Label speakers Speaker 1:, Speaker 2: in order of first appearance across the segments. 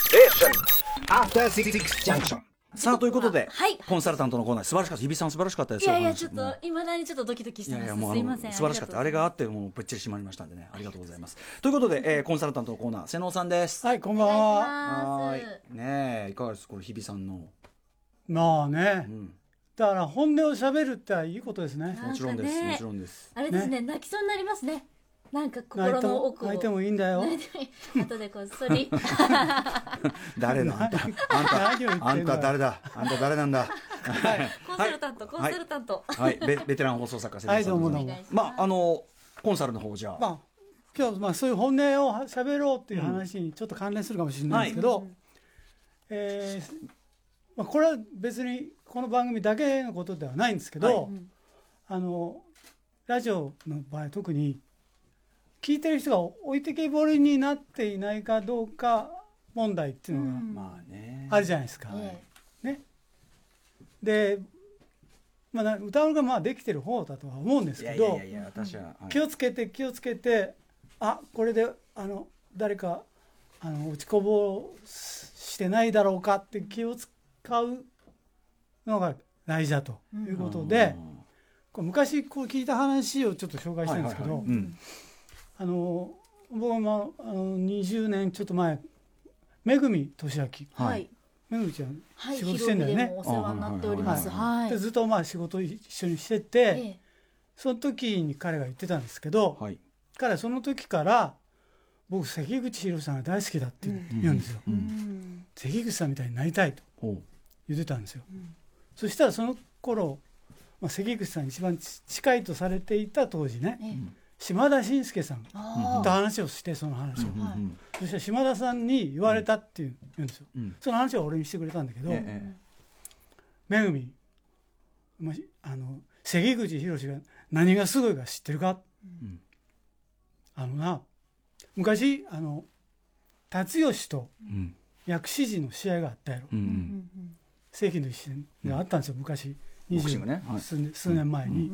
Speaker 1: station.
Speaker 2: After Six Junction.
Speaker 3: さあということで、
Speaker 4: はい
Speaker 3: コンサルタントのコーナー素晴らしかった日比さん素晴らしかったで
Speaker 4: い
Speaker 3: すよ
Speaker 4: やい
Speaker 3: お
Speaker 4: や
Speaker 3: 話
Speaker 4: ちょっといまだにちょっとドキドキし
Speaker 3: い
Speaker 4: て
Speaker 3: やいや
Speaker 4: ま
Speaker 3: もうあ
Speaker 4: すすい
Speaker 3: の
Speaker 4: ません
Speaker 3: 素晴らしかったあれがあってもうべっちり締まりましたんでねありがとうございますということで、えーコンサルタントのコーナー瀬能さんです
Speaker 5: はい、こんばん
Speaker 4: お
Speaker 5: は。
Speaker 4: 願いします
Speaker 3: ーいねえいかがですこれ日比さんの
Speaker 5: まあ
Speaker 3: う
Speaker 5: ね、
Speaker 3: ん
Speaker 5: だから本音を喋るってはいいことですね。
Speaker 3: もちろんです、
Speaker 4: なんかね
Speaker 3: もちろんです
Speaker 4: あれですね泣きそうになりますねなんか
Speaker 5: 泣
Speaker 4: 心
Speaker 5: いて
Speaker 4: の
Speaker 5: も
Speaker 4: 奥を
Speaker 5: 泣いてもいいんだよ。
Speaker 4: 後でこっそり
Speaker 3: 誰だ あんたあん
Speaker 5: 何を言って
Speaker 3: た
Speaker 5: んの
Speaker 3: あんた誰だあんた誰なんだ
Speaker 4: コンサルタントコンサルタント
Speaker 3: はいベベテラン放送作家瀬能さんでございます
Speaker 5: はいどうもどうも
Speaker 4: お願いします
Speaker 3: まああのコンサルの方じゃあ、
Speaker 5: まあ今日まあそういう本音をは喋ろうっていう話にちょっと関連するかもしれないですけど、えーまあこれは別にこの番組だけのことではないんですけど、
Speaker 3: はい
Speaker 5: あのラジオの場合特に聞いてる人が置いてけぼりになっていないかどうか問題っていうのが
Speaker 3: まあね
Speaker 5: あるじゃないですか。
Speaker 4: え
Speaker 5: ね、で、まあな、歌うがまあできてる方だとは思うんです
Speaker 3: い
Speaker 5: け
Speaker 3: やい
Speaker 5: ど
Speaker 3: やいやいや私は、はい
Speaker 5: 気をつけて気をつけてあこれであの誰かあの落ちこぼししてないだろうかって気を使うのが大事だということで、こう昔こう聞いた話をちょっと紹介したいんですけど、
Speaker 3: はいはいはいうん
Speaker 5: あの僕は、まあ、あの20年ちょっと前めぐみ俊明
Speaker 4: え
Speaker 3: は
Speaker 4: はいい
Speaker 5: めぐみちゃん
Speaker 4: はい
Speaker 5: 仕事してんだよね
Speaker 4: 広尾でもお世話になっておりますは
Speaker 5: で
Speaker 4: い
Speaker 5: ずっとまあ仕事一緒にしてて、
Speaker 4: ええ
Speaker 5: その時に彼が言ってたんですけど、
Speaker 3: はい
Speaker 5: 彼はその時から僕関口宏さんが大好きだって言うんですよ、
Speaker 4: うん
Speaker 5: 関口さんみたいになりたいと
Speaker 3: ほう
Speaker 5: 言ってたんですよ、そしたらその頃、まあ、関口さんに一番ち近いとされていた当時ね、
Speaker 4: ええ
Speaker 5: 島田紳介さん
Speaker 4: あ
Speaker 5: と話をしてその話を、
Speaker 4: はい
Speaker 3: うん
Speaker 5: そしたら島田さんに言われたって言う言うんですよ、
Speaker 3: うん
Speaker 5: その話は俺にしてくれたんだけど、
Speaker 3: ええ
Speaker 5: めぐみ、まあ、あの関口宏が何がすごいか知ってるか、
Speaker 3: ん
Speaker 5: あのな昔あの辰吉と
Speaker 3: うん
Speaker 5: 薬師寺の試合があったやろ、
Speaker 3: うんう
Speaker 4: うんん
Speaker 5: 世紀の一戦があったんですよ、昔
Speaker 3: ボクシングねはい
Speaker 5: 数年数年前に、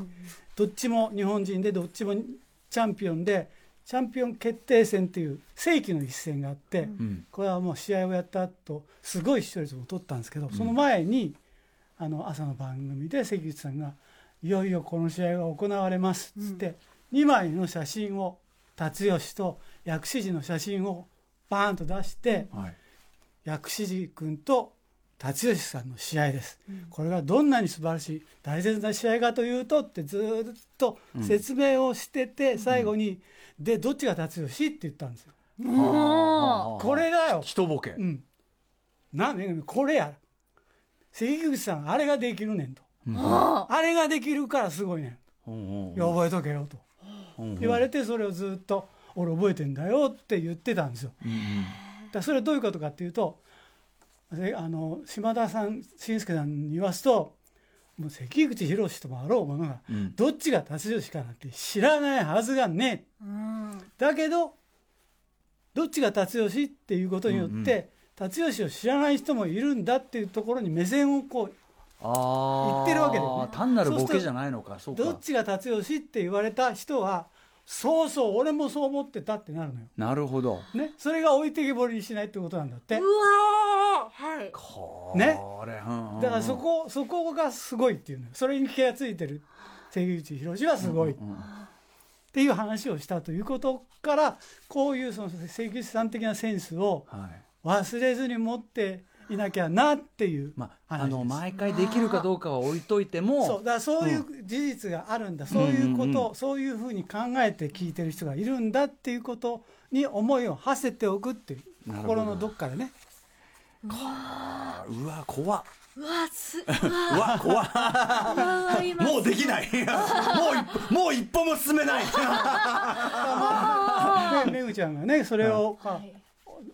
Speaker 5: どっちも日本人でどっちもチャンピオンでチャンピオン決定戦っていう世紀の一戦があって、
Speaker 3: うん
Speaker 5: これはもう試合をやった後すごい視聴率も取ったんですけど、その前にあの朝の番組で関口さんが「いよいよこの試合が行われます」っつって、2枚の写真を辰吉と薬師寺の写真をバーンと出して、
Speaker 3: はい
Speaker 5: 薬師寺君と辰吉さんの試合です、これがどんなに素晴らしい大切な試合かというとってずーっと説明をしてて、最後に「でどっちが辰吉?」って言ったんですよ。
Speaker 4: も
Speaker 5: これだよ
Speaker 3: 人ボケ
Speaker 5: うん。なね、これや。関口さん、あれができるねんと。あれができるからすごいね
Speaker 3: うんうん
Speaker 5: ん。覚えとけよと。
Speaker 3: うん
Speaker 5: 言われて、それをずっと、俺覚えてんだよって言ってたんですよ。だからそれはどういうことかっていうと、であの島田さん、紳助さんに言わすと、もう関口宏ともあろうものが、
Speaker 3: ん
Speaker 5: どっちが達吉かなんて知らないはずがねえ。
Speaker 4: ううん
Speaker 5: だけどどっちが辰吉っていうことによって、辰吉を知らない人もいるんだっていうところに目線をこう
Speaker 3: ああ
Speaker 5: 言ってるわけだよね
Speaker 3: 単なるボケじゃないのかそう
Speaker 5: ど
Speaker 3: か
Speaker 5: っちが辰吉って言われた人はそうそう俺もそう思ってたってなるのよ。
Speaker 3: なるほど
Speaker 5: ね、それが置いてけぼりにしないってことなんだって
Speaker 4: うわーはい
Speaker 5: ね
Speaker 3: これうんうん
Speaker 5: だからそこそこがすごいっていうのよそれに気が付いてる関口宏はすごいっていう話をしたということからこういうその関口さん的なセンスを
Speaker 3: はい
Speaker 5: 忘れずに持っていなきゃなっていう
Speaker 3: まあ
Speaker 5: 話
Speaker 3: あ
Speaker 5: です
Speaker 3: の毎回できるかどうかは置いといても
Speaker 5: そうだからそういう事実があるんだ、そういうこと、
Speaker 3: うんうん
Speaker 5: そういうふうに考えて聞いてる人がいるんだっていうことに思いを馳せておくっていう
Speaker 3: なるほど
Speaker 5: 心のどっかでね
Speaker 3: あうわ怖っ
Speaker 4: うわすうわ
Speaker 3: うわ怖っ
Speaker 4: うわう今
Speaker 3: もうできない もう一歩もう一歩も進めない
Speaker 5: ねめぐちゃんがねそれを、まあ
Speaker 4: はい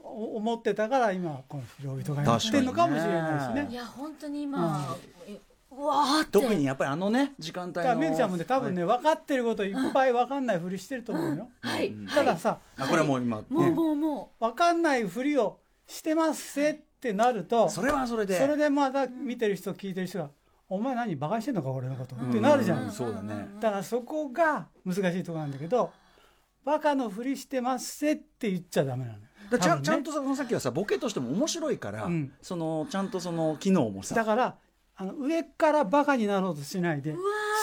Speaker 5: お思ってたから今この広いとかやってるのかもしれないし
Speaker 3: 確か
Speaker 5: ね
Speaker 3: に
Speaker 4: いや本当に今、えうわーって
Speaker 3: 特にやっぱりあのね時間帯
Speaker 5: だから
Speaker 3: の
Speaker 5: めぐちゃんもね多分ね分かってることいっぱい分かんないふりしてると思うよ
Speaker 4: はい、
Speaker 5: たださ
Speaker 3: あこれはもう今
Speaker 4: もう
Speaker 3: ね
Speaker 4: もうも
Speaker 5: 分かんないふりをしてますせってなると
Speaker 3: それはそれで
Speaker 5: それでまだ見てる人聞いてる人が「お前何バカしてんのか俺のこと」ってなるじゃ
Speaker 3: う
Speaker 5: なん
Speaker 3: う
Speaker 5: い
Speaker 3: ん
Speaker 5: ですか
Speaker 3: そうだね
Speaker 5: だからそこが難しいところなんだけど「バカのふりしてますせ」って言っちゃダメなのよ
Speaker 4: う
Speaker 3: だからちゃんち
Speaker 5: 多
Speaker 3: ゃ
Speaker 5: 分
Speaker 3: んとさその
Speaker 5: ね
Speaker 3: さっきはさボケとしても面白いから、
Speaker 5: うん
Speaker 3: そのちゃんとその機能も
Speaker 5: だ
Speaker 3: さ
Speaker 5: からあの上からバカになろうとしないで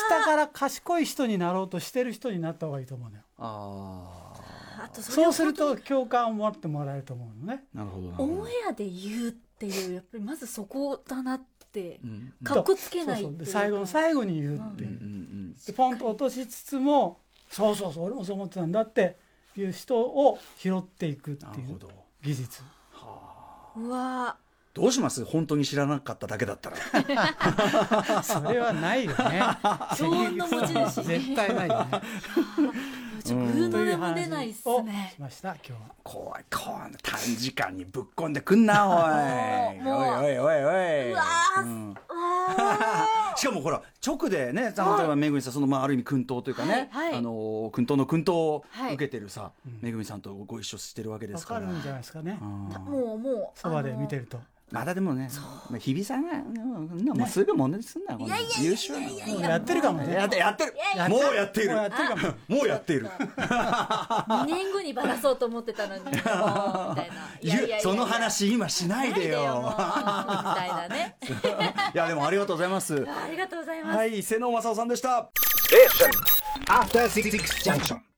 Speaker 5: 下から賢い人になろうとしてる人になった方がいいと思うのよ
Speaker 3: あ
Speaker 4: あとそれ
Speaker 5: そ
Speaker 4: を
Speaker 5: うする
Speaker 4: 本
Speaker 5: と共感を持ってもらえると思うのね
Speaker 3: ーなるほどな
Speaker 4: 当
Speaker 3: る
Speaker 4: に
Speaker 3: ほ
Speaker 4: オ
Speaker 3: ど
Speaker 4: ンエアで言うっていうやっぱりまずそこだなって
Speaker 3: う、ん
Speaker 4: かっこつけない
Speaker 5: そう
Speaker 4: っ
Speaker 5: そ
Speaker 4: て
Speaker 5: うで
Speaker 4: いうか
Speaker 5: 最後の最後に言うって
Speaker 3: うんんう
Speaker 5: いうう、
Speaker 3: ん
Speaker 5: でポンと落としつつもそうそうそう俺もそう思ってたんだっていう人を拾っていくって
Speaker 3: ないるほ
Speaker 5: う
Speaker 3: ど
Speaker 5: 技術
Speaker 4: うわ
Speaker 3: どうします本当に知らなかっただけだったら
Speaker 5: それはないよ ね
Speaker 4: 幸運の持ち主
Speaker 5: 絶対ない よね
Speaker 4: ーちょっとグーの音も出ないっす
Speaker 5: を
Speaker 4: ね
Speaker 5: しました今日は
Speaker 3: 怖い怖い短時間にぶっこんでくんな おい
Speaker 4: もうも
Speaker 3: お
Speaker 4: う
Speaker 3: いおいおいおいう
Speaker 4: わー
Speaker 3: うん
Speaker 4: うわ
Speaker 3: しかもほら直でねさ例えばめぐみさんそのまあある意味薫陶というかね、
Speaker 4: はいはい
Speaker 3: あのー薫陶の薫陶を
Speaker 4: はい
Speaker 3: 受けてるさ、めぐみさんとご一緒してるわけで
Speaker 5: わ
Speaker 3: すか
Speaker 5: からるんじゃないですかね
Speaker 3: うん
Speaker 4: ーもうもう
Speaker 5: そばで見て
Speaker 4: る
Speaker 5: ると
Speaker 3: まだでもねまあ日比さんがうんなもうすぐものにすんなよこんな優秀なの
Speaker 5: もうやってるかもね
Speaker 3: やってやってる
Speaker 5: やってる
Speaker 3: もうやっている
Speaker 5: もうやってるかも
Speaker 3: もうやっている
Speaker 4: 2年後にバラそうと思ってた のにもうみたいないやいやいやいや
Speaker 3: ゆその話今しないでよ
Speaker 4: もうみたいなね
Speaker 3: いやでもありがとうございます
Speaker 4: ありがとうございます
Speaker 3: はい瀬野正夫さんでした
Speaker 2: After Six Junction.